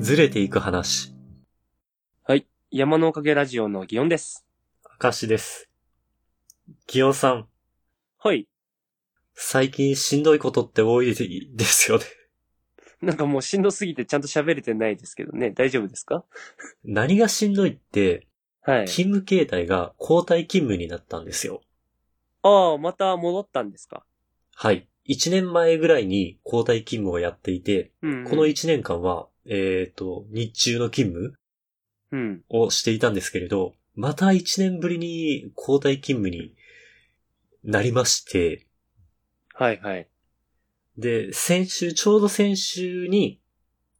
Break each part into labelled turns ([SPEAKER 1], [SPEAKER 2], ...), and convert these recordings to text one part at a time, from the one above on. [SPEAKER 1] ずれていく話。
[SPEAKER 2] はい。山のおかげラジオのギオンです。
[SPEAKER 1] 証です。ギオンさん、
[SPEAKER 2] はい。
[SPEAKER 1] 最近しんどいことって多いですよね。
[SPEAKER 2] なんかもうしんどすぎてちゃんと喋れてないですけどね。大丈夫ですか
[SPEAKER 1] 何がしんどいって、
[SPEAKER 2] はい。
[SPEAKER 1] 勤務形態が交代勤務になったんですよ。
[SPEAKER 2] ああ、また戻ったんですか
[SPEAKER 1] はい。1年前ぐらいに交代勤務をやっていて、
[SPEAKER 2] うん。
[SPEAKER 1] この1年間は、えっ、と、日中の勤務
[SPEAKER 2] うん。
[SPEAKER 1] をしていたんですけれど、また1年ぶりに交代勤務になりまして、
[SPEAKER 2] はいはい。
[SPEAKER 1] で、先週、ちょうど先週に、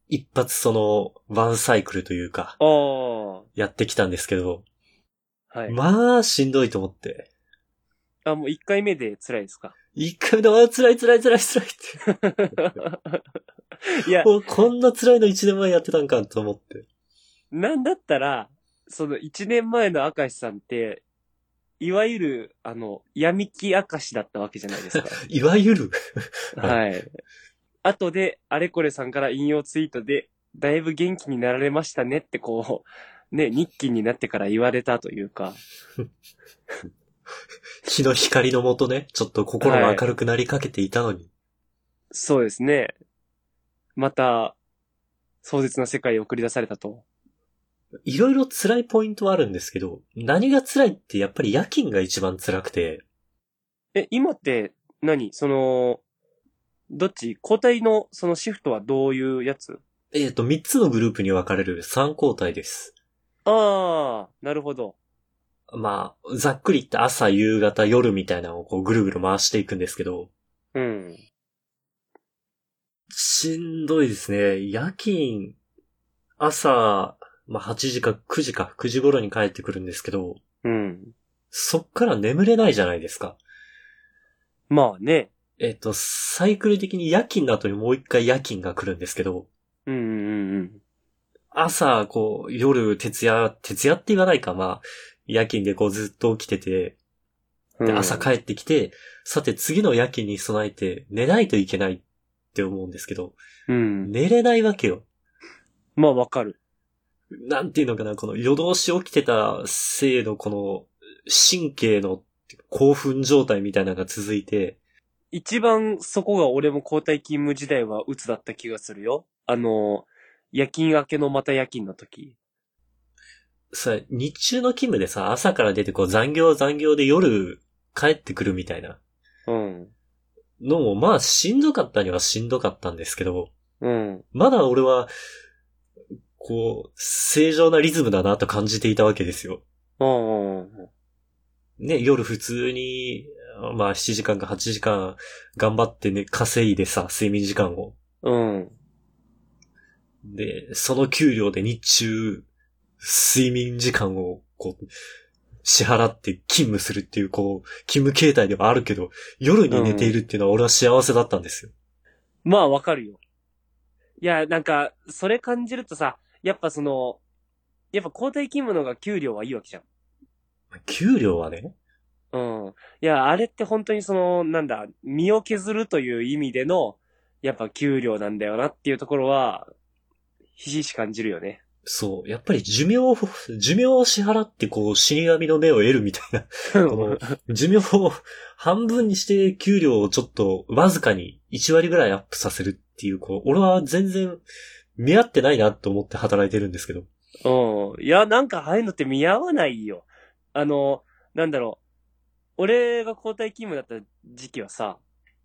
[SPEAKER 1] 一発その、ワンサイクルというか、
[SPEAKER 2] ああ、は
[SPEAKER 1] やってきたんですけど、
[SPEAKER 2] い。
[SPEAKER 1] まあ、しんどいと思って。
[SPEAKER 2] あ、もう1回目で辛いで すか
[SPEAKER 1] 一回目で、あー辛い辛い辛い辛いっ
[SPEAKER 2] いや
[SPEAKER 1] て。、もうこんな辛いの一年前やってたんかと思って。
[SPEAKER 2] なんだったら、その1年前の明石さんって、いわゆる、あの、闇期明石だったわけじゃないですか。
[SPEAKER 1] いわゆる。は
[SPEAKER 2] はい。後で、あれこれさんから引用ツイートで、だいぶ元気になられましたねってこう、 ね、日記になってから言われたというか、
[SPEAKER 1] 日の光のもとね、ちょっと心が明るくなりかけていたのに。
[SPEAKER 2] そうですね。また、壮絶な世界へ送り出されたと。
[SPEAKER 1] いろいろ辛いポイントはあるんですけど、何が辛いってやっぱり夜勤が一番辛くて、
[SPEAKER 2] え、今って何、その、どっち交代の、そのシフトはどういうやつ
[SPEAKER 1] えっ、と、3つのグループに分かれる3交代です。
[SPEAKER 2] ああ、なるほど。
[SPEAKER 1] まあ、ざっくり言って朝、夕方、夜みたいなのをこうぐるぐる回していくんですけど、
[SPEAKER 2] うん。
[SPEAKER 1] しんどいですね。夜勤、朝、まあ8時か9時か、9時頃に帰ってくるんですけど、
[SPEAKER 2] うん。
[SPEAKER 1] そっから眠れないじゃないですか。
[SPEAKER 2] まあね。
[SPEAKER 1] えっと、サイクル的に夜勤の後にもう一回夜勤が来るんですけど、
[SPEAKER 2] うんうんうん。
[SPEAKER 1] 朝、こう、夜、徹夜、徹夜って言わないか、まあ、夜勤でこうずっと起きてて、
[SPEAKER 2] う
[SPEAKER 1] で
[SPEAKER 2] ん
[SPEAKER 1] 朝帰ってきて、さて次の夜勤に備えて寝ないといけないって思うんですけど、
[SPEAKER 2] うん。
[SPEAKER 1] 寝れないわけよ。
[SPEAKER 2] まあわかる。
[SPEAKER 1] なんていうのかな、この夜通し起きてたせいのこの神経の興奮状態みたいなのが続いて、
[SPEAKER 2] 一番そこが俺も交代勤務時代は鬱だった気がするよ。あの、夜勤明けのまた夜勤の時。
[SPEAKER 1] さ、日中の勤務でさ、朝から出てこう残業残業で夜帰ってくるみたいな
[SPEAKER 2] うん。
[SPEAKER 1] のも、まあしんどかったにはしんどかったんですけど、
[SPEAKER 2] うん。
[SPEAKER 1] まだ俺は、こう、正常なリズムだなと感じていたわけですよ。
[SPEAKER 2] うんうんうん。
[SPEAKER 1] ね、夜普通に、まあ7時間か8時間頑張ってね、稼いでさ、睡眠時間を。
[SPEAKER 2] うん。
[SPEAKER 1] で、その給料で日中、睡眠時間を、こう、支払って勤務するっていう、こう、勤務形態ではあるけど、夜に寝ているっていうのは俺は幸せだったんですよ。
[SPEAKER 2] まあわかるよ。いや、なんか、それ感じるとさ、やっぱその、やっぱ交代勤務の方が給料はいいわけじゃん。
[SPEAKER 1] 給料はね、
[SPEAKER 2] うん。いや、あれって本当にその、なんだ、身を削るという意味での、やっぱ給料なんだよなっていうところは、ひしひし感じるよね。
[SPEAKER 1] そう、やっぱり寿命を、寿命を支払ってこう死神の目を得るみたい なこの、寿命を半分にして給料をちょっとわずかに1割ぐらいアップさせるっていう、こう、俺は全然見合ってないなと思って働いてるんですけど。
[SPEAKER 2] うん。いや、なんかああいうのって見合わないよ。あの、なんだろう。俺が交代勤務だった時期はさ、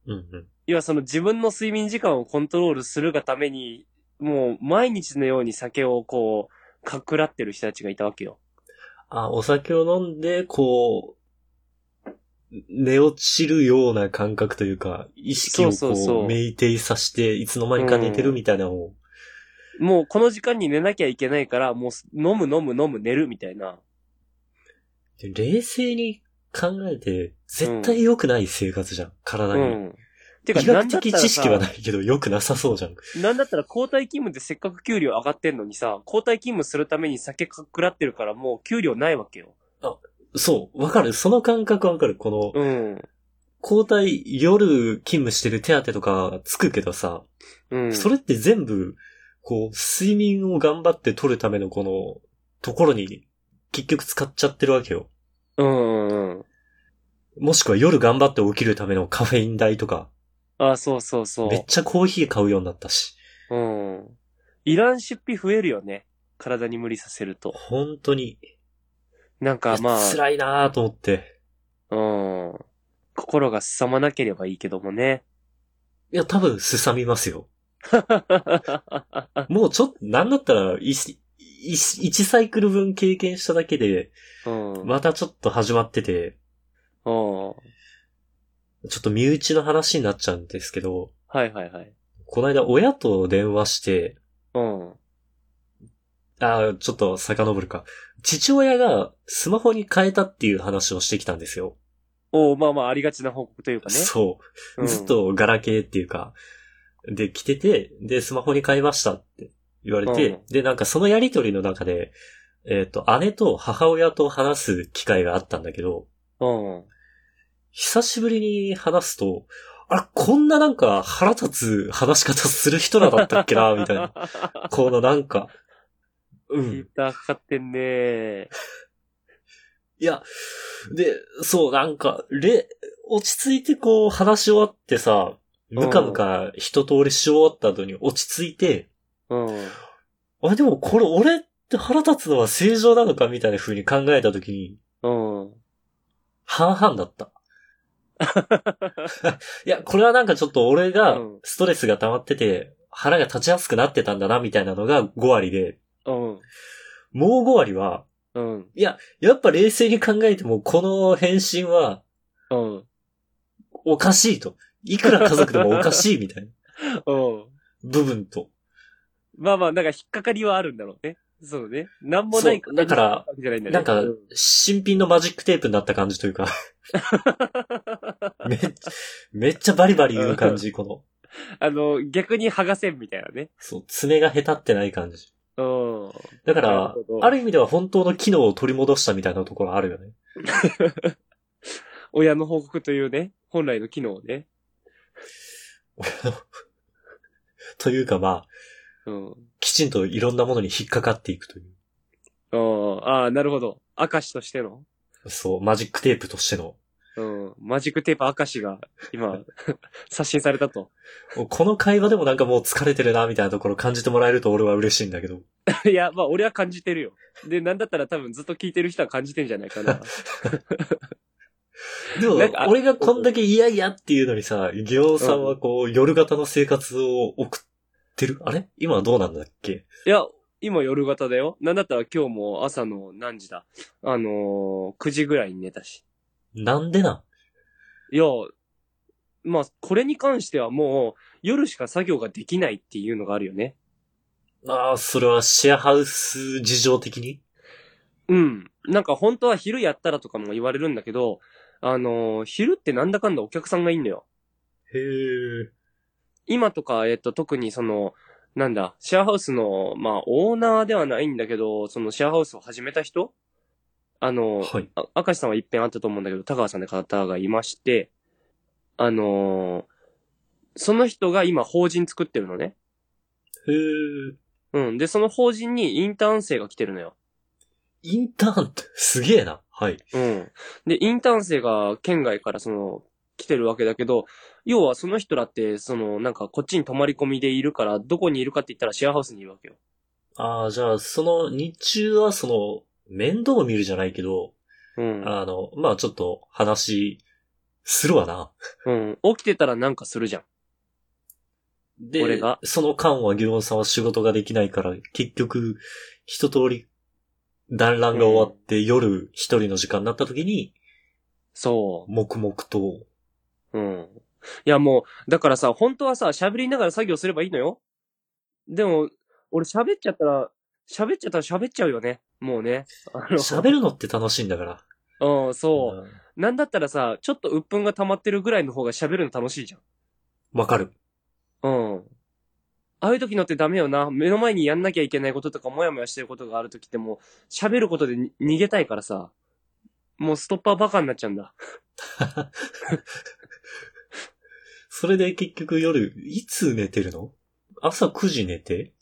[SPEAKER 1] うんうん。
[SPEAKER 2] 要はその自分の睡眠時間をコントロールするがために、もう毎日のように酒をこう、かくらってる人たちがいたわけよ。
[SPEAKER 1] あ、お酒を飲んで、こう、寝落ちるような感覚というか、意識を
[SPEAKER 2] そ
[SPEAKER 1] こ
[SPEAKER 2] うそうそう
[SPEAKER 1] う、酩酊させて、いつの間にか寝てるみたいなのを、
[SPEAKER 2] もうこの時間に寝なきゃいけないから、もう飲む飲む飲む寝るみたいな。
[SPEAKER 1] で冷静に考えて、絶対良くない生活じゃん、体
[SPEAKER 2] う
[SPEAKER 1] に。
[SPEAKER 2] ん。てか、
[SPEAKER 1] 医
[SPEAKER 2] な
[SPEAKER 1] 学
[SPEAKER 2] んだった
[SPEAKER 1] 的
[SPEAKER 2] ら
[SPEAKER 1] 知識は
[SPEAKER 2] さ、
[SPEAKER 1] ないけど、良くなさそうじゃん。
[SPEAKER 2] なんだったら交代勤務でせっかく給料上がってんのにさ、交代勤務するために酒かくらってるからもう給料ないわけよ。
[SPEAKER 1] そう、わかる。その感覚わかる。この、
[SPEAKER 2] うん。
[SPEAKER 1] 交代、夜勤務してる手当とかつくけどさ、
[SPEAKER 2] うん。
[SPEAKER 1] それって全部、こう、睡眠を頑張って取るためのこの、ところに、結局使っちゃってるわけよ。
[SPEAKER 2] うんうんうん。
[SPEAKER 1] もしくは夜頑張って起きるためのカフェイン代とか、
[SPEAKER 2] あ、そうそうそ
[SPEAKER 1] めっ
[SPEAKER 2] う。
[SPEAKER 1] ちゃコーヒー買うようになったし。
[SPEAKER 2] うん。いらん出費増えるよね。体に無理させると。
[SPEAKER 1] 本当に、
[SPEAKER 2] なんかまあ、
[SPEAKER 1] 辛いなぁと思って。
[SPEAKER 2] うん。心がすさまなければいいけどもね。
[SPEAKER 1] いや、多分、すさみますよ。もうちょっと、なんだったら、いしいし一サイクル分経験しただけで、
[SPEAKER 2] うん。
[SPEAKER 1] またちょっと始まってて、
[SPEAKER 2] うん。
[SPEAKER 1] ちょっと身内の話になっちゃうんですけど、
[SPEAKER 2] はいはいはい。
[SPEAKER 1] この間親と電話して、
[SPEAKER 2] うん。
[SPEAKER 1] あーちょっと遡るか。父親がスマホに変えたっていう話をしてきたんですよ。
[SPEAKER 2] おうまあまあ、ありがちな報告というかね。
[SPEAKER 1] そう。
[SPEAKER 2] うん
[SPEAKER 1] ずっ。とガラケーっていうか、で、来てて、で、スマホに変えましたって言われて、
[SPEAKER 2] うん
[SPEAKER 1] で、なんかそのやりとりの中で、えっ、と、姉と母親と話す機会があったんだけど、
[SPEAKER 2] うん。
[SPEAKER 1] 久しぶりに話すと、あれ、こんななんか腹立つ話し方する人らだったっけな、みた いな。このなんか、う
[SPEAKER 2] ヒー
[SPEAKER 1] ん。
[SPEAKER 2] ターかかってんね
[SPEAKER 1] いや、で、そう、なんか、れ、落ち着いてこう話し終わってさ、ムカムカ一通りし終わった後に落ち着いて、
[SPEAKER 2] うん。
[SPEAKER 1] あ、でもこれ俺って腹立つのは正常なのかみたいな風に考えたときに、
[SPEAKER 2] うん。
[SPEAKER 1] 半々だ った。いや、これはなんかちょっと俺が
[SPEAKER 2] うん
[SPEAKER 1] ストレスが溜まってて、腹が立ちやすくなってたんだなみたいなのが5割で、
[SPEAKER 2] うん。
[SPEAKER 1] もう5割は、
[SPEAKER 2] うん。
[SPEAKER 1] やっぱ冷静に考えてもこの返信は
[SPEAKER 2] うん。
[SPEAKER 1] おかしいと。いくら家族でもおかしいみたいな
[SPEAKER 2] うん。
[SPEAKER 1] 部分と。
[SPEAKER 2] まあまあ、なんか引っかかりはあるんだろうね。そうね。なんもない
[SPEAKER 1] そうだから
[SPEAKER 2] わけじゃないんだね
[SPEAKER 1] なんか
[SPEAKER 2] う、
[SPEAKER 1] 新品のマジックテープになった感じというか、めっちゃ、めっちゃバリバリ言う感じ、この。
[SPEAKER 2] あの、逆に剥がせんみたいなね。
[SPEAKER 1] そう、爪が下手ってない感じ。
[SPEAKER 2] うん。
[SPEAKER 1] だか
[SPEAKER 2] なる
[SPEAKER 1] ら
[SPEAKER 2] ほ、ど
[SPEAKER 1] ある意味では本当の機能を取り戻したみたいなところあるよね。
[SPEAKER 2] 親の報告というね、本来の機能をね。
[SPEAKER 1] というかまあ、
[SPEAKER 2] うん。
[SPEAKER 1] きちんといろんなものに引っかかっていくとい
[SPEAKER 2] うん。ああ、なるほど。証としての。
[SPEAKER 1] う。そう、マジックテープとしての。
[SPEAKER 2] うん。マジックテープ証が今、 刷新されたと。
[SPEAKER 1] この会話でもなんかもう疲れてるな、みたいなところ感じてもらえると俺は嬉しいんだけど。
[SPEAKER 2] いや、まあ俺は感じてるよ。で、なんだったら多分ずっと聞いてる人は感じてんじゃない かな。
[SPEAKER 1] でも
[SPEAKER 2] なんか、
[SPEAKER 1] 俺がこんだけ嫌々っていうのにさ、ギオさんはこう、夜型の生活を送ってるあれ今はどうなんだっけ
[SPEAKER 2] いや、今夜型だよ。なんだったら今日も朝の何時だあのー、9時ぐらいに寝たし。
[SPEAKER 1] なんでない
[SPEAKER 2] や、まあこれに関してはもう夜しか作業ができないっていうのがあるよね。
[SPEAKER 1] んああ、それはシェアハウス事情的に
[SPEAKER 2] うん。なんか本当は昼やったらとかも言われるんだけど、あのー、昼ってなんだかんだお客さんがいんのよ。
[SPEAKER 1] へえ。
[SPEAKER 2] 今とか、えっと、特にその、なんだ、シェアハウスの、まあ、オーナーではないんだけど、そのシェアハウスを始めた人あの、
[SPEAKER 1] はい。
[SPEAKER 2] あ明石さんは一遍あったと思うんだけど、高橋さんの方がいまして、あのーその人が今法人作ってるのね。
[SPEAKER 1] へえ。
[SPEAKER 2] うん。で、その法人にインターン生が来てるのよ。
[SPEAKER 1] インターンって、すげえな。はい。
[SPEAKER 2] うん。で、インターン生が県外からその、来てるわけだけど、要はその人らって、その、なんかこっちに泊まり込みでいるから、どこにいるかって言ったらシェアハウスにいるわけよ。
[SPEAKER 1] ああ、じゃあ、その、日中はその、面倒を見るじゃないけど、
[SPEAKER 2] うん。
[SPEAKER 1] あの、まあちょっと、話、するわな。
[SPEAKER 2] うん。起きてたらなんかするじゃん。
[SPEAKER 1] で、
[SPEAKER 2] 俺が
[SPEAKER 1] その間は、ギオンさんは仕事ができないから、結局、一通り、団らんが終わって、夜一人の時間になった時に、
[SPEAKER 2] そ
[SPEAKER 1] 黙々と、
[SPEAKER 2] う。うん。いやもう、だからさ、本当はさ、喋りながら作業すればいいのよ。でも、俺喋っちゃったら、喋っちゃったら喋っちゃうよね。もうね。あの
[SPEAKER 1] 喋るのって楽しいんだから。
[SPEAKER 2] うん、そ
[SPEAKER 1] う
[SPEAKER 2] う。
[SPEAKER 1] ん
[SPEAKER 2] なんだったらさ、ちょっと鬱憤が溜まってるぐらいの方が喋るの楽しいじゃん。
[SPEAKER 1] わかる。
[SPEAKER 2] うん。ああいう時のってダメよな。目の前にやんなきゃいけないこととか、もやもやしてることがある時ってもう、喋ることでに逃げたいからさ、もうストッパーバカになっちゃうんだ。
[SPEAKER 1] それで結局夜、いつ寝てるの朝9時寝て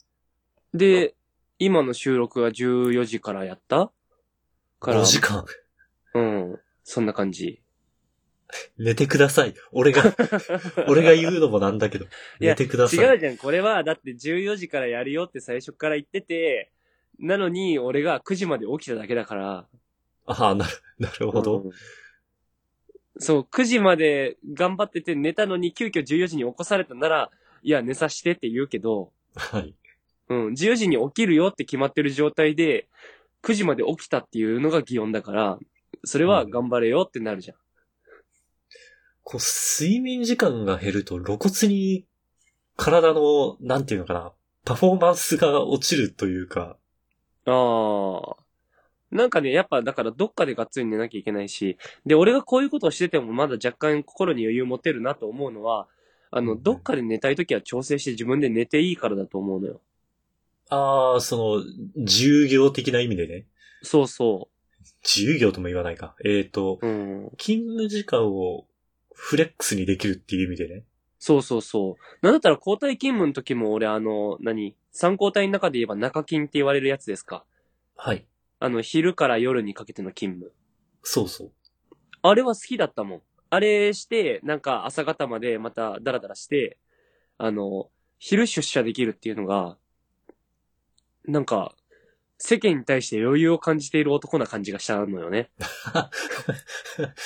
[SPEAKER 2] で、今の収録は14時からやったから、
[SPEAKER 1] 5時間。
[SPEAKER 2] うん。そんな感じ。
[SPEAKER 1] 寝てください。俺が、俺が 言うのもなんだけど。
[SPEAKER 2] いや
[SPEAKER 1] 寝てください。
[SPEAKER 2] 違うじゃん。これは、だって14時からやるよって最初から言ってて、なのに、俺が9時まで起きただけだから。
[SPEAKER 1] ああ、なる、なるほど。
[SPEAKER 2] うんそう、9時まで頑張ってて寝たのに、急遽14時に起こされたなら、いや、寝さしてって言うけど、
[SPEAKER 1] はい。
[SPEAKER 2] うん、14時に起きるよって決まってる状態で、9時まで起きたっていうのが擬音だから、それは頑張れよってなるじゃん。
[SPEAKER 1] こう、睡眠時間が減ると露骨に体の、なんていうのかな、パフォーマンスが落ちるというか、
[SPEAKER 2] ああ。なんかね、やっぱだからどっかでがっつり寝なきゃいけないし、で、俺がこういうことをしててもまだ若干心に余裕持てるなと思うのは、あ
[SPEAKER 1] う
[SPEAKER 2] の、
[SPEAKER 1] ん
[SPEAKER 2] どっかで寝たいときは調整して自分で寝ていいからだと思うのよ。
[SPEAKER 1] ああ、その、従業的な意味でね。
[SPEAKER 2] そうそ
[SPEAKER 1] 従業とも言わないか。えっ、と、
[SPEAKER 2] う。うん。
[SPEAKER 1] 勤務時間をフレックスにできるっていう意味でね。
[SPEAKER 2] そうそうそう。なんだったら交代勤務の時も俺あの、何三交代の中で言えば中勤って言われるやつですか。
[SPEAKER 1] はい。
[SPEAKER 2] あの、昼から夜にかけての勤務。
[SPEAKER 1] そうそう。
[SPEAKER 2] あれは好きだったもん。あれして、なんか朝方までまたダラダラして、あの、昼出社できるっていうのが、なんか、世間に対して余裕を感じている男な感じがしたのよね。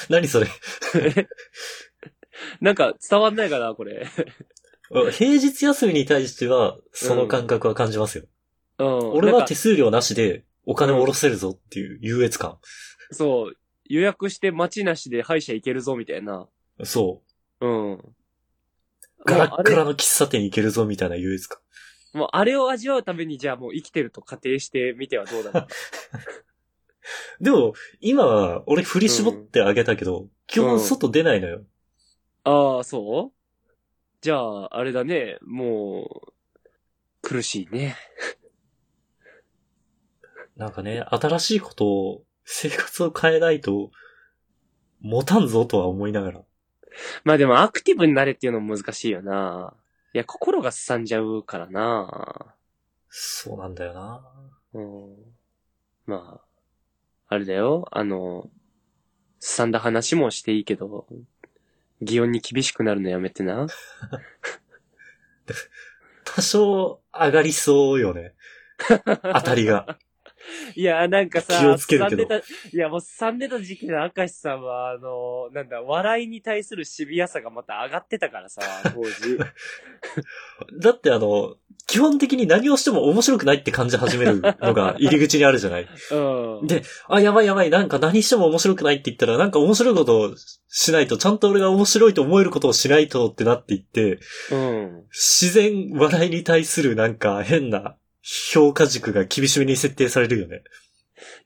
[SPEAKER 1] 何それ
[SPEAKER 2] なんか伝わんないかな、これ。
[SPEAKER 1] 平日休みに対しては、その感覚は感じますよ。
[SPEAKER 2] うん。
[SPEAKER 1] 俺
[SPEAKER 2] なん
[SPEAKER 1] は
[SPEAKER 2] か
[SPEAKER 1] 手数料なしで、お金を下ろせるぞっていう優越感。
[SPEAKER 2] そう、予約して待ちなしで歯医者行けるぞ、みたいな。
[SPEAKER 1] そう。
[SPEAKER 2] うん。
[SPEAKER 1] ガラ
[SPEAKER 2] もうあ
[SPEAKER 1] ッ
[SPEAKER 2] れ
[SPEAKER 1] ガラの喫茶店行けるぞみたいな優越感。
[SPEAKER 2] もうあれを味わうために、じゃあもう生きてると仮定してみてはどうだろう。
[SPEAKER 1] でも、今は、俺振り絞ってあげたけど、基本外出ないのよ。
[SPEAKER 2] ああ、そうじゃあ、あれだね、もう、苦しいね。
[SPEAKER 1] なんかね、新しいことを、生活を変えないと、持たんぞとは思いながら。
[SPEAKER 2] まあでも、アクティブになれっていうのも難しいよな。いや、心がすさんじゃうからな。
[SPEAKER 1] そうなんだよな。
[SPEAKER 2] うん。まあ、あれだよ、あの、すさんだ話もしていいけど、擬音に厳しくなるのやめてな。
[SPEAKER 1] 多少、上がりそうよね。当たりが。
[SPEAKER 2] いや、なんかさ、
[SPEAKER 1] 気をつけるけど
[SPEAKER 2] すさんでた、いや、もうすさんでた時期の明石さんは、あの、なんだ、笑いに対するシビアさがまた上がってた からさ、当時。
[SPEAKER 1] だってあの、基本的に何をしても面白くないって感じ始めるのが入り口にあるじゃない
[SPEAKER 2] うん。
[SPEAKER 1] で、あ、やばいやばい、なんか何しても面白くないって言ったら、なんか面白いことをしないと、ちゃんと俺が面白いと思えることをしないとってなっていって、
[SPEAKER 2] うん。
[SPEAKER 1] 自然笑いに対するなんか変な評価軸が厳しめに設定されるよね。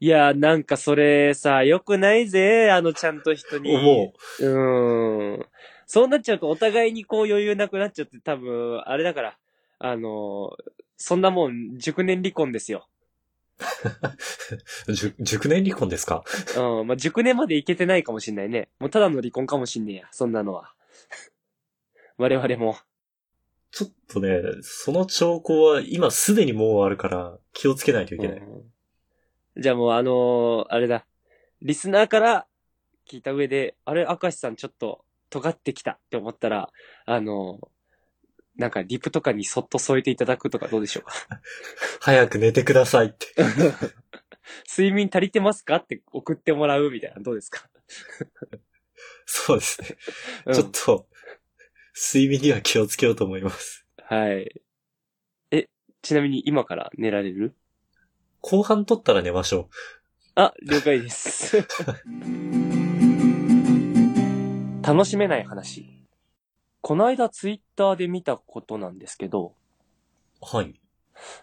[SPEAKER 2] いや、なんかそれさ、良くないぜ、あのちゃんと人に。
[SPEAKER 1] 思う。
[SPEAKER 2] う。うん。そうなっちゃうとお互いにこう余裕なくなっちゃって、多分、あれだから、あの、そんなもん、熟年離婚ですよ。
[SPEAKER 1] 熟熟年離婚ですか
[SPEAKER 2] うん。まあ、熟年までいけてないかもしんないね。もうただの離婚かもしんねえや、そんなのは。 我々も。
[SPEAKER 1] ちょっとね、その兆候は今すでにもうあるから気をつけないといけない。
[SPEAKER 2] うんじゃあもうあのーあれだ。リスナーから聞いた上で、あれ、明石さんちょっと尖ってきたって思ったら、あのーなんかリプとかにそっと添えていただくとかどうでしょうか。
[SPEAKER 1] 早く寝てくださいって。
[SPEAKER 2] 睡眠足りてますかって送ってもらうみたいな、どうですか、
[SPEAKER 1] そうですね。
[SPEAKER 2] うん
[SPEAKER 1] ちょっと、睡眠には気をつけようと思います。
[SPEAKER 2] はい。え、ちなみに今から寝られる
[SPEAKER 1] 後半撮ったら寝ましょ
[SPEAKER 2] あ、了解です。 楽しめない話。この間ツイッターで見たことなんですけど、
[SPEAKER 1] う。はい。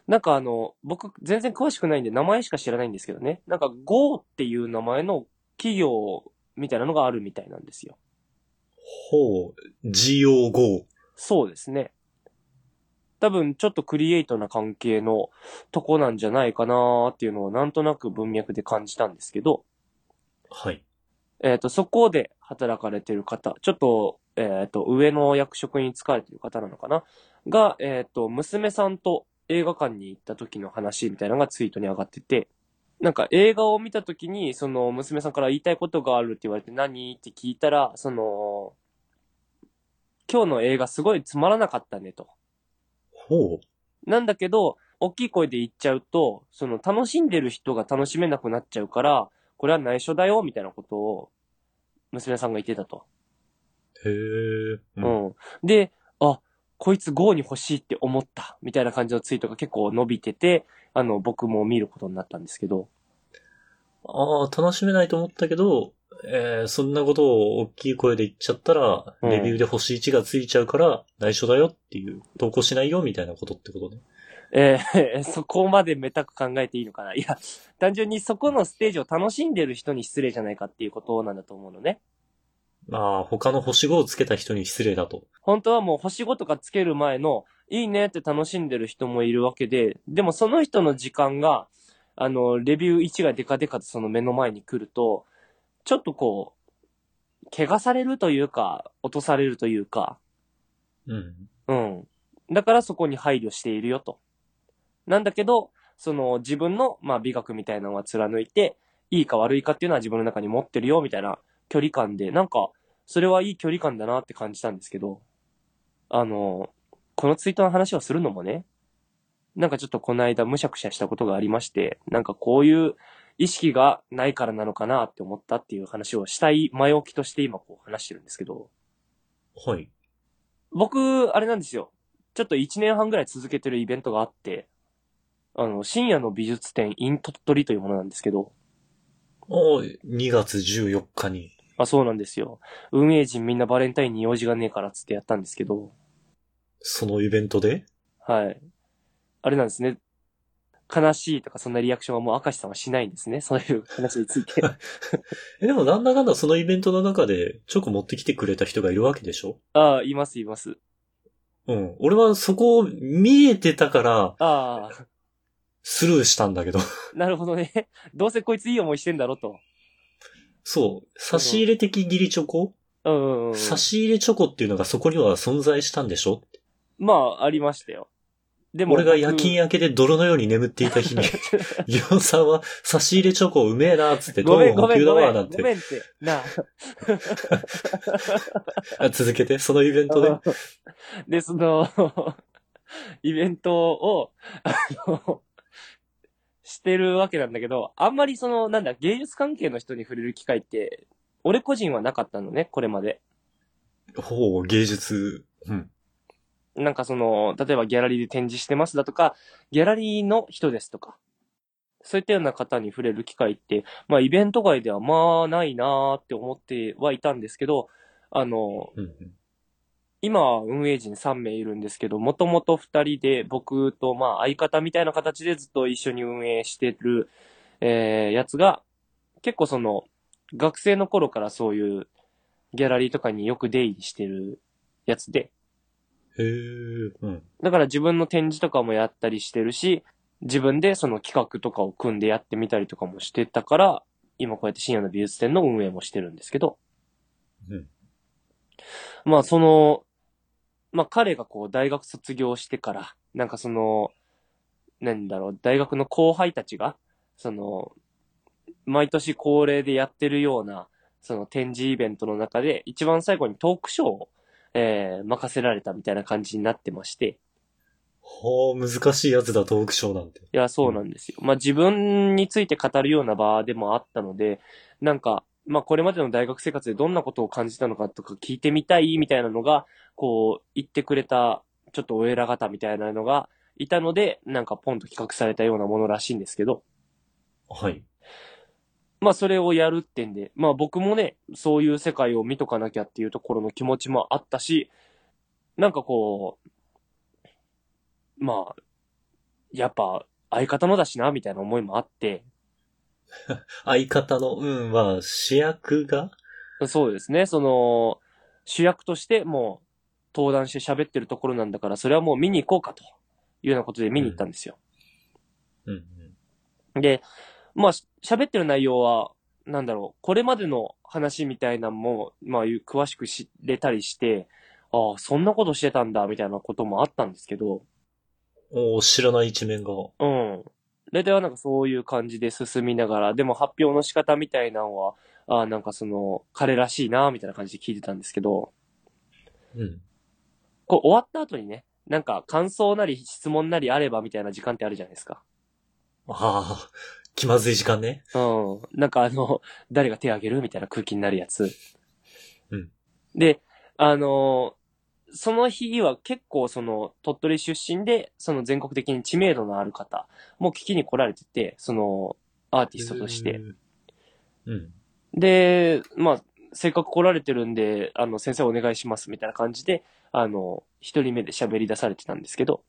[SPEAKER 2] なんかあの、僕全然詳しくないんで名前しか知らないんですけどね。なんか GO っていう名前の企業みたいなのがあるみたいなんですよ。
[SPEAKER 1] ほう、GO5。
[SPEAKER 2] そうですね。多分ちょっとクリエイトな関係のとこなんじゃないかなーっていうのをなんとなく文脈で感じたんですけど、
[SPEAKER 1] はい。
[SPEAKER 2] えっ、と、そこで働かれてる方、ちょっと、えっ、と、上の役職に就かれてる方なのかなが、えっ、と、娘さんと、映画館に行った時の話みたいなのがツイートに上がってて、なんか映画を見た時に、その娘さんから言いたいことがあるって言われて何って聞いたら、その、今日の映画すごいつまらなかったねと。
[SPEAKER 1] ほう。
[SPEAKER 2] なんだけど、大きい声で言っちゃうと、その楽しんでる人が楽しめなくなっちゃうから、これは内緒だよ、みたいなことを、娘さんが言ってたと。
[SPEAKER 1] へえ。う
[SPEAKER 2] う。ん。で、あ、こいつ GO に欲しいって思った、みたいな感じのツイートが結構伸びてて、あの、僕も見ることになったんですけど。
[SPEAKER 1] ああ、楽しめないと思ったけど、えー、そんなことを大きい声で言っちゃったら、
[SPEAKER 2] うん
[SPEAKER 1] レビューで星1がついちゃうから、内緒だよっていう、投稿しないよみたいなことってことね。
[SPEAKER 2] えー そこまでめたく考えていいのかないや、単純にそこのステージを楽しんでる人に失礼じゃないかっていうことなんだと思うのね。
[SPEAKER 1] ああ、他の星5をつけた人に失礼だと。
[SPEAKER 2] 本当はもう星5とかつける前の、いいねって楽しんでる人もいるわけで、でもその人の時間が、あの、レビュー1がデカデカとその目の前に来ると、ちょっとこう、怪我されるというか、落とされるというか、
[SPEAKER 1] うん。
[SPEAKER 2] うん。だからそこに配慮しているよと。なんだけど、その自分の、まあ、美学みたいなのは貫いて、いいか悪いかっていうのは自分の中に持ってるよみたいな距離感で、なんか、それはいい距離感だなって感じたんですけど、あの、このツイートの話をするのもね、なんかちょっとこの間むしゃくしゃしたことがありまして、なんかこういう意識がないからなのかなって思ったっていう話をしたい前置きとして今こう話してるんですけど、
[SPEAKER 1] はい。
[SPEAKER 2] 僕、あれなんですよ。ちょっと1年半ぐらい続けてるイベントがあって、あの、深夜の美術展 in 鳥取というものなんですけど、
[SPEAKER 1] おー2月14日に。
[SPEAKER 2] あ、そうなんですよ。運営陣みんなバレンタインに用事がねえからっつってやったんですけど、
[SPEAKER 1] そのイベントで
[SPEAKER 2] はい。あれなんですね。悲しいとかそんなリアクションはもう明石さんはしないんですね。そういう話につい て。
[SPEAKER 1] え、でもなんだかんだそのイベントの中でチョコ持ってきてくれた人がいるわけでしょ
[SPEAKER 2] ああ、いますいます。
[SPEAKER 1] うん。俺はそこを見えてたから、
[SPEAKER 2] ああ、
[SPEAKER 1] スルーしたんだけど。
[SPEAKER 2] なるほどね。どうせこいついい思いしてんだろと。
[SPEAKER 1] そう。差し入れ的義理チョコ、
[SPEAKER 2] うんうんうん。
[SPEAKER 1] 差し入れチョコっていうのがそこには存在したんでしょ
[SPEAKER 2] まあ、ありましたよ。で
[SPEAKER 1] 俺が
[SPEAKER 2] 僕
[SPEAKER 1] 夜勤明けで泥のように眠っていた日 に、リオンさんは差し入れチョコうめえなっつって、ど
[SPEAKER 2] ご
[SPEAKER 1] う
[SPEAKER 2] めん、
[SPEAKER 1] も
[SPEAKER 2] ご
[SPEAKER 1] 補
[SPEAKER 2] めん、
[SPEAKER 1] 給だ
[SPEAKER 2] ごめ
[SPEAKER 1] わ
[SPEAKER 2] ん。
[SPEAKER 1] なん
[SPEAKER 2] ご
[SPEAKER 1] て。
[SPEAKER 2] めんって。な
[SPEAKER 1] あ続けて、そのイベントで。
[SPEAKER 2] あ。で、その、 イベントを、あの、してるわけなんだけど、あんまりその、なんだ、芸術関係の人に触れる機会って、俺個人はなかったのね、これまで。
[SPEAKER 1] ほう、芸術。うん。
[SPEAKER 2] なんかその、例えばギャラリーで展示してますだとか、ギャラリーの人ですとか、そういったような方に触れる機会って、まあイベント外ではまあないなーって思ってはいたんですけど、あの、
[SPEAKER 1] うん。
[SPEAKER 2] 今は運営陣3名いるんですけど、もともと2人で僕とまあ相方みたいな形でずっと一緒に運営してる、えーやつが、結構その、学生の頃からそういうギャラリーとかによく出入りしてるやつで、
[SPEAKER 1] へえ。うん。
[SPEAKER 2] だから自分の展示とかもやったりしてるし、自分でその企画とかを組んでやってみたりとかもしてたから、今こうやって深夜の美術展の運営もしてるんですけど。
[SPEAKER 1] うん
[SPEAKER 2] まあその、まあ彼がこう大学卒業してから、なんかその、なんだろう、大学の後輩たちが、その、毎年恒例でやってるような、その展示イベントの中で、一番最後にトークショーを、えー任せられたみたいな感じになってまして、
[SPEAKER 1] ほう、難しいやつだ、トークショーなんて。
[SPEAKER 2] いや、そうなんですよ。まあ自分について語るような場でもあったので、なんか、まあこれまでの大学生活でどんなことを感じたのかとか聞いてみたいみたいなのが、こう、言ってくれた、ちょっとお偉方みたいなのがいたので、なんかポンと企画されたようなものらしいんですけど、
[SPEAKER 1] はい。
[SPEAKER 2] まあそれをやるってんで、まあ僕もね、そういう世界を見とかなきゃっていうところの気持ちもあったし、なんかこう、まあ、やっぱ相方のだしな、みたいな思いもあって、
[SPEAKER 1] 相方の、うん、まあ、主役が
[SPEAKER 2] そうですね、その、主役としてもう登壇して喋ってるところなんだから、それはもう見に行こうかというようなことで見に行ったんですよ。
[SPEAKER 1] うんうん。
[SPEAKER 2] で、まあ、し喋ってる内容は、なんだろう、これまでの話みたいなのも、まあ、ゆ詳しく知れたりして、ああ、そんなことしてたんだ、みたいなこともあったんですけど、
[SPEAKER 1] おー知らない一面が。
[SPEAKER 2] うん。大体はなんかそういう感じで進みながら、でも発表の仕方みたいなのは、あーなんかその、彼らしいな、みたいな感じで聞いてたんですけど、
[SPEAKER 1] うん。
[SPEAKER 2] こう終わった後にね、なんか感想なり質問なりあればみたいな時間ってあるじゃないですか。
[SPEAKER 1] ああ、気まずい時間ね。
[SPEAKER 2] うん。なんかあの、 誰が手を挙げるみたいな空気になるやつ。
[SPEAKER 1] うん。
[SPEAKER 2] で、あのーその日は結構その、鳥取出身で、その全国的に知名度のある方も聞きに来られてて、その、アーティストとして。。
[SPEAKER 1] うん。
[SPEAKER 2] で、まあ、せっかく来られてるんで、あの、先生お願いしますみたいな感じで、あの、一人目で喋り出されてたんですけど、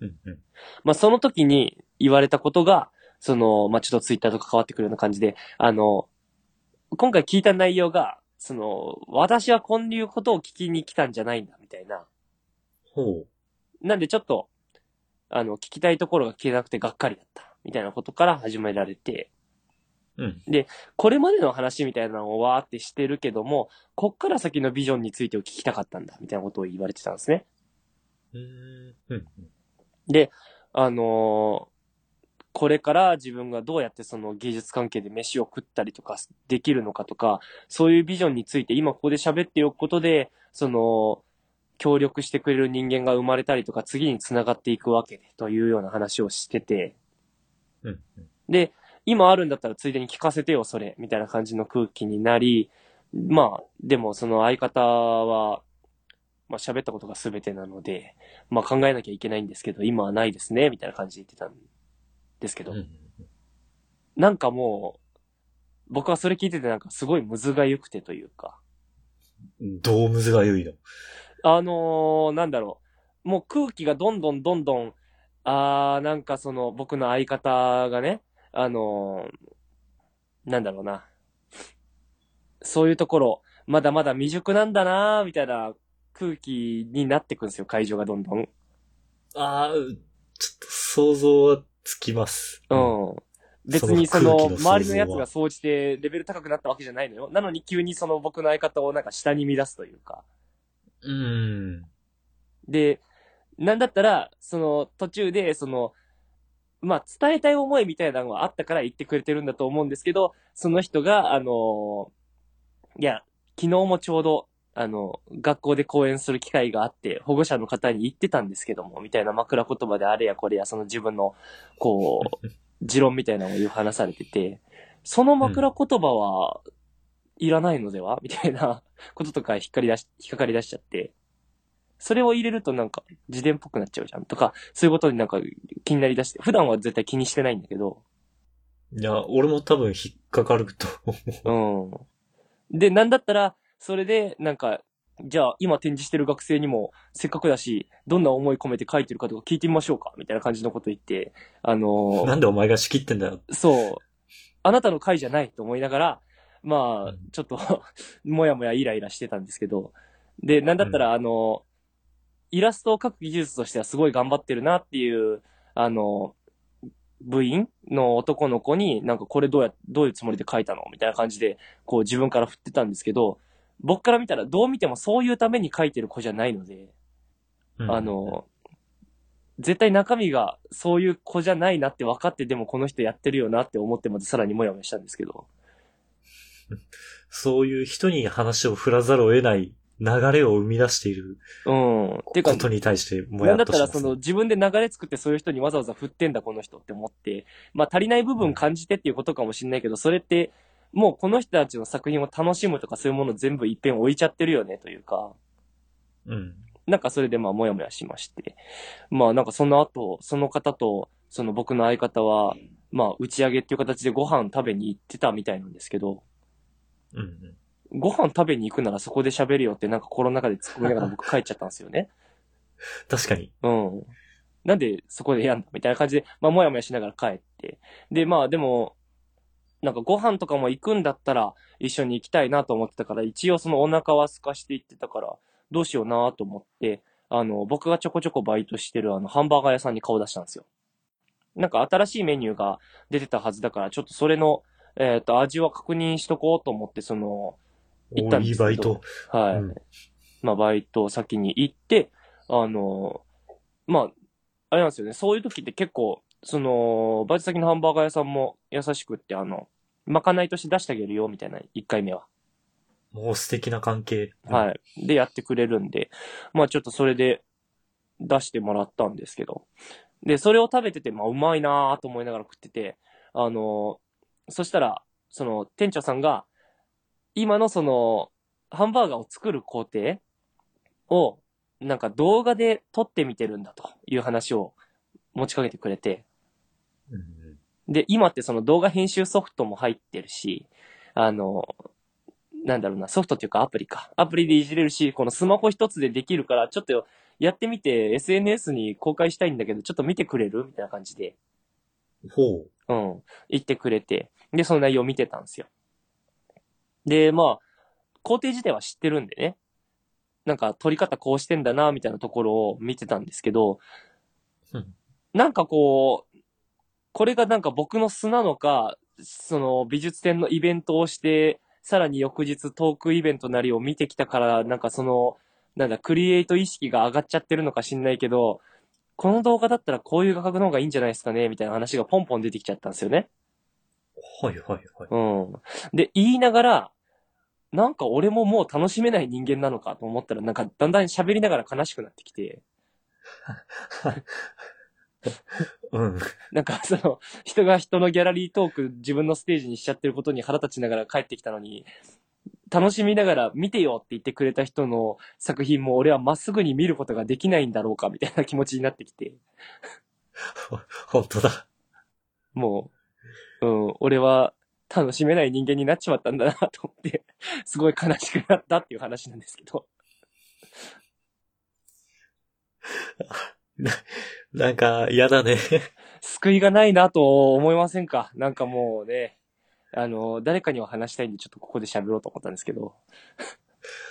[SPEAKER 1] うん。うん。
[SPEAKER 2] まあ、その時に言われたことが、その、まあ、ちょっとツイッターと関わってくるような感じで、あの、今回聞いた内容が、その、私はこういうことを聞きに来たんじゃないんだ、みたいな。
[SPEAKER 1] ほう。
[SPEAKER 2] なんでちょっと、あの、聞きたいところが聞けなくてがっかりだった、みたいなことから始められて、
[SPEAKER 1] うん。
[SPEAKER 2] これまでの話みたいなのをわーってしてるけども、こっから先のビジョンについてを聞きたかったんだ、みたいなことを言われてたんですね。
[SPEAKER 1] うーん。うん。
[SPEAKER 2] あのーこれから自分がどうやってその芸術関係で飯を食ったりとかできるのかとか、そういうビジョンについて今ここで喋っておくことで、その、協力してくれる人間が生まれたりとか、次に繋がっていくわけで、というような話をしてて、
[SPEAKER 1] うん。
[SPEAKER 2] で、今あるんだったらついでに聞かせてよ、それ、みたいな感じの空気になり、まあ、でもその相方は、まあ喋ったことが全てなので、まあ考えなきゃいけないんですけど、今はないですね、みたいな感じで言ってたんですけど、
[SPEAKER 1] うん。
[SPEAKER 2] なんかもう、僕はそれ聞いててなんかすごいむずがゆくてというか、
[SPEAKER 1] どうむずがゆいの。
[SPEAKER 2] あのー、なんだろう。もう空気がどんどんどんどん、あー、なんかその、僕の相方がね、あのー、なんだろうな。そういうところ、まだまだ未熟なんだなー、みたいな空気になってくんですよ、会場がどんどん。
[SPEAKER 1] ああ、ちょっと想像はつきます。
[SPEAKER 2] うん。別にそ
[SPEAKER 1] その
[SPEAKER 2] の、
[SPEAKER 1] 空気の想像は
[SPEAKER 2] 周りのやつが総じてレベル高くなったわけじゃないのよ。なのに急にその僕の相方をなんか下に乱すというか。
[SPEAKER 1] うん。うん。
[SPEAKER 2] で、なんだったら、その途中で、その、まあ、伝えたい思いみたいなのがあったから言ってくれてるんだと思うんですけど、その人が、あのいや、昨日もちょうど、あの、学校で講演する機会があって、保護者の方に言ってたんですけども、みたいな枕言葉であれやこれや、その自分の、こう、持論みたいなのを言う話されてて、その枕言葉は、いらないのではみたいなこととか引っかり出し、引っかかり出しちゃって、それを入れるとなんか自伝っぽくなっちゃうじゃんとか、そういうことになんか気になりだして、普段は絶対気にしてないんだけど、
[SPEAKER 1] いや、俺も多分引っかかると思
[SPEAKER 2] うん。で、なんだったら、それでなんか、じゃあ今展示してる学生にもせっかくだし、どんな思い込めて書いてるかとか聞いてみましょうかみたいな感じのこと言って、あの
[SPEAKER 1] う。
[SPEAKER 2] ー
[SPEAKER 1] なんでお前が仕切ってんだよ。
[SPEAKER 2] そう。あなたの回じゃないと思いながら、まあ、ちょっと、 もやもやイライラしてたんですけど、で、なんだったら、あの、イラストを描く技術としてはすごい頑張ってるなっていう、あの、部員の男の子に、なんかこれどうや、どういうつもりで描いたのみたいな感じで、こう自分から振ってたんですけど、僕から見たらどう見てもそういうために描いてる子じゃないので、
[SPEAKER 1] うん
[SPEAKER 2] あ、の、絶対中身がそういう子じゃないなって分かってでもこの人やってるよなって思ってまでさらにモヤモヤしたんですけど。
[SPEAKER 1] そういう人に話を振らざるを得ない流れを生み出している
[SPEAKER 2] うん。っていうか
[SPEAKER 1] こ、とに対しても
[SPEAKER 2] な
[SPEAKER 1] や
[SPEAKER 2] ん
[SPEAKER 1] っ
[SPEAKER 2] だっ
[SPEAKER 1] と
[SPEAKER 2] た
[SPEAKER 1] し
[SPEAKER 2] ら
[SPEAKER 1] ます
[SPEAKER 2] そ
[SPEAKER 1] ね、
[SPEAKER 2] の自分で流れ作ってそういう人にわざわざ振ってんだこの人って思って、まあ足りない部分感じてっていうことかもしれないけど、それってもうこの人たちの作品を楽しむとかそういうもの全部一遍置いちゃってるよねというか。
[SPEAKER 1] うん。
[SPEAKER 2] なんかそれでまあ、もやもやしまして。まあ、なんかその後、その方と、その僕の相方は、まあ、打ち上げっていう形でご飯食べに行ってたみたいなんですけど、
[SPEAKER 1] うんうん。
[SPEAKER 2] ご飯食べに行くならそこで喋るよってなんかコロナ禍で突っ込みながら僕帰っちゃったんですよね。
[SPEAKER 1] 確かに。
[SPEAKER 2] うん。なんでそこでやんだみたいな感じで、まあ、もやもやしながら帰って。で、まあ、でも、なんかご飯とかも行くんだったら一緒に行きたいなと思ってたから、一応そのお腹は空かして行ってたから、どうしようなと思って、あの、僕がちょこちょこバイトしてるあの、ハンバーガー屋さんに顔出したんですよ。なんか新しいメニューが出てたはずだから、ちょっとそれの、えっ、と、味は確認しとこうと思って、その、行った
[SPEAKER 1] お
[SPEAKER 2] ん
[SPEAKER 1] い
[SPEAKER 2] で
[SPEAKER 1] い
[SPEAKER 2] すけど
[SPEAKER 1] バイト。
[SPEAKER 2] はい。
[SPEAKER 1] うん
[SPEAKER 2] まあ、バイト先に行って、あの、まあ、あれなんですよね、そういう時って結構、その、バイト先のハンバーガー屋さんも優しくって、あの、まかないとして出してあげるよ、みたいな、1回目は。
[SPEAKER 1] もう素敵な関係。い。
[SPEAKER 2] はい。で、やってくれるんで、まあちょっとそれで出してもらったんですけど。で、それを食べてて、まあうまいなぁと思いながら食ってて、あのーそしたら、その店長さんが、今のその、ハンバーガーを作る工程を、なんか動画で撮ってみてるんだという話を持ちかけてくれて、
[SPEAKER 1] うん
[SPEAKER 2] で、今ってその動画編集ソフトも入ってるし、あの、なんだろうな、ソフトっていうかアプリか。アプリでいじれるし、このスマホ一つでできるから、ちょっとやってみて SNS に公開したいんだけど、ちょっと見てくれるみたいな感じで、
[SPEAKER 1] ほう。
[SPEAKER 2] うん、言ってくれて、で、その内容を見てたんですよ。で、まあ、工程自体は知ってるんでね、なんか撮り方こうしてんだな、みたいなところを見てたんですけど、
[SPEAKER 1] うん
[SPEAKER 2] なんかこう、これがなんか僕の素なのか、その美術展のイベントをして、さらに翌日トークイベントなりを見てきたから、なんかその、なんだ、クリエイト意識が上がっちゃってるのか知んないけど、この動画だったらこういう画角の方がいいんじゃないですかねみたいな話がポンポン出てきちゃったんですよね。
[SPEAKER 1] はいはいはい。
[SPEAKER 2] うん。で、言いながら、なんか俺ももう楽しめない人間なのかと思ったら、なんかだんだん喋りながら悲しくなってきて、
[SPEAKER 1] うん。
[SPEAKER 2] なんかその、人が人のギャラリートーク自分のステージにしちゃってることに腹立ちながら帰ってきたのに、楽しみながら見てよって言ってくれた人の作品も俺はまっすぐに見ることができないんだろうかみたいな気持ちになってきて、
[SPEAKER 1] 本当だ。
[SPEAKER 2] もう、うん、俺は楽しめない人間になっちまったんだなと思って、 すごい悲しくなったっていう話なんですけど。
[SPEAKER 1] なんか、嫌だね。
[SPEAKER 2] 救いがないなと思いませんかなんかもうね、あの、誰かには話したいんで、ちょっとここで喋ろうと思ったんですけど。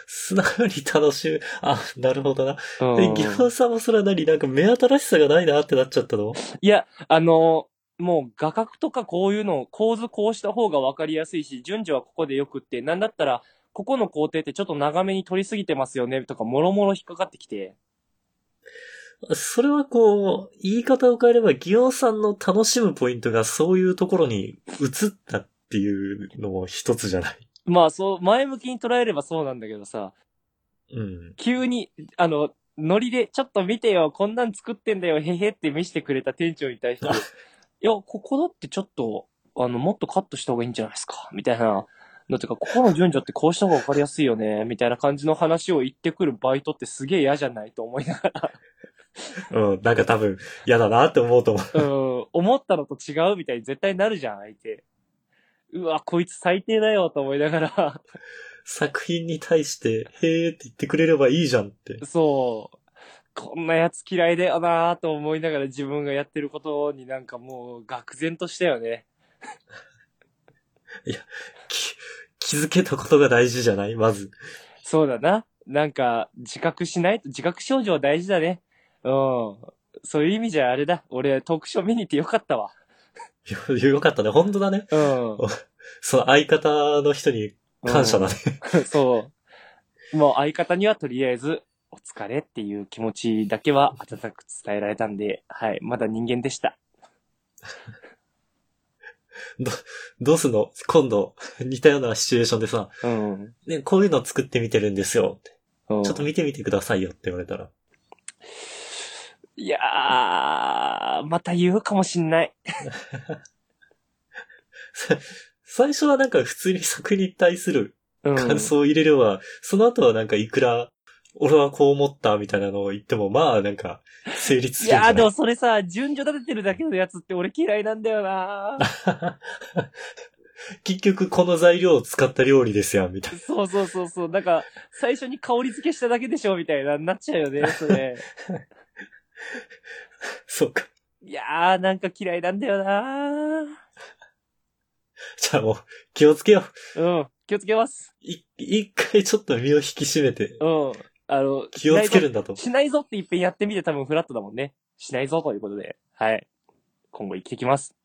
[SPEAKER 1] 素直に楽しむ。あ、なるほどな。
[SPEAKER 2] う
[SPEAKER 1] え、
[SPEAKER 2] ん
[SPEAKER 1] ギロンさんもそれは何なんか目新しさがないなってなっちゃったの
[SPEAKER 2] いや、あの、もう画角とかこういうの、構図こうした方が分かりやすいし、順序はここでよくって、なんだったら、ここの工程ってちょっと長めに取りすぎてますよね、とか、もろもろ引っかかってきて。
[SPEAKER 1] それはこう、言い方を変えれば、ギロンさんの楽しむポイントがそういうところに移ったっていうのも一つじゃない。
[SPEAKER 2] まあ、そう、前向きに捉えればそうなんだけどさ、
[SPEAKER 1] うん。
[SPEAKER 2] 急に、あの、ノリで、ちょっと見てよ、こんなん作ってんだよ、へへって見せてくれた店長に対して、いや、ここだってちょっと、あの、もっとカットした方がいいんじゃないですか、みたいな。のてか、ここの順序ってこうした方がわかりやすいよね、みたいな感じの話を言ってくるバイトってすげえ嫌じゃないと思いながら、
[SPEAKER 1] うん、なんか多分嫌だなって思うと 思う。
[SPEAKER 2] うん、思ったのと違うみたいに絶対なるじゃん、相手。うわ、こいつ最低だよ、と思いながら。
[SPEAKER 1] 作品に対して、へーって言ってくれればいいじゃんって。
[SPEAKER 2] そう。こんなやつ嫌いだよなぁと思いながら自分がやってることになんかもう愕然としたよね。
[SPEAKER 1] き気づけたことが大事じゃないまず。
[SPEAKER 2] そうだな。なんか自覚しないと、自覚症状大事だね。うん。そういう意味じゃあれだ。俺、トークショー見に行ってよかったわ。
[SPEAKER 1] よ、よかったね。本当だね。
[SPEAKER 2] うん。
[SPEAKER 1] その相方の人に感謝だね。
[SPEAKER 2] うん。そう。もう相方にはとりあえず、お疲れっていう気持ちだけは温かく伝えられたんで、はい。まだ人間でした。
[SPEAKER 1] どうすんの今度、 似たようなシチュエーションでさ、
[SPEAKER 2] うん。
[SPEAKER 1] ね、こういうの作ってみてるんですよって。
[SPEAKER 2] うん
[SPEAKER 1] ちょっと見てみてくださいよって言われたら。
[SPEAKER 2] いやー、また言うかもしんない。
[SPEAKER 1] さ最初はなんか普通に作品に対する
[SPEAKER 2] うん。
[SPEAKER 1] 感想を入れれば、その後はなんかいくら、俺はこう思ったみたいなのを言っても、まあなんか、成立す
[SPEAKER 2] い
[SPEAKER 1] るんじゃな
[SPEAKER 2] や
[SPEAKER 1] い
[SPEAKER 2] ーでもそれさ、順序立ててるだけのやつって俺嫌いなんだよな
[SPEAKER 1] 結局この材料を使った料理ですやん、みたいな。
[SPEAKER 2] そうそうそうそう。なんか、最初に香り付けしただけでしょみたいな、なっちゃう よね、それ。
[SPEAKER 1] そうか。
[SPEAKER 2] いやーなんか嫌いなんだよな
[SPEAKER 1] じゃあもう、気をつけよう。
[SPEAKER 2] うん。気をつけます。
[SPEAKER 1] い一回ちょっと身を引き締めて、
[SPEAKER 2] うん。あの、
[SPEAKER 1] 気をつけ
[SPEAKER 2] る。
[SPEAKER 1] るんだと。
[SPEAKER 2] しないぞって一遍やってみて多分フラットだもんね。しないぞということで。はい。今後生きてきます。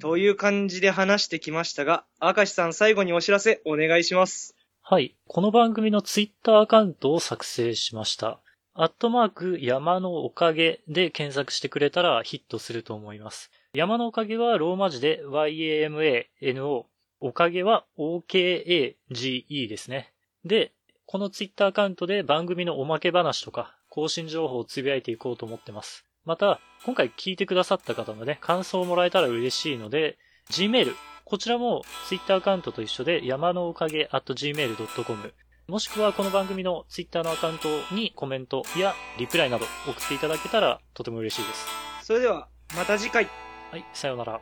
[SPEAKER 3] という感じで話してきましたが、明石さん最後にお知らせお願いします。
[SPEAKER 4] はい。この番組のツイッターアカウントを作成しました。
[SPEAKER 1] アットマーク山のおかげで検索してくれたらヒットすると思います。山のおかげはローマ字で YAMANO。おかげは OKAGE ですね。で、このツイッターアカウントで番組のおまけ話とか、更新情報をつぶやいていこうと思ってます。また、今回聞いてくださった方のね、感想をもらえたら嬉しいので、Gmail。こちらもツイッターアカウントと一緒で、山のおかげ at gmail.com。もしくはこの番組のツイッターのアカウントにコメントやリプライなど送っていただけたらとても嬉しいです。
[SPEAKER 2] それでは、また次回。
[SPEAKER 1] はい、さようなら。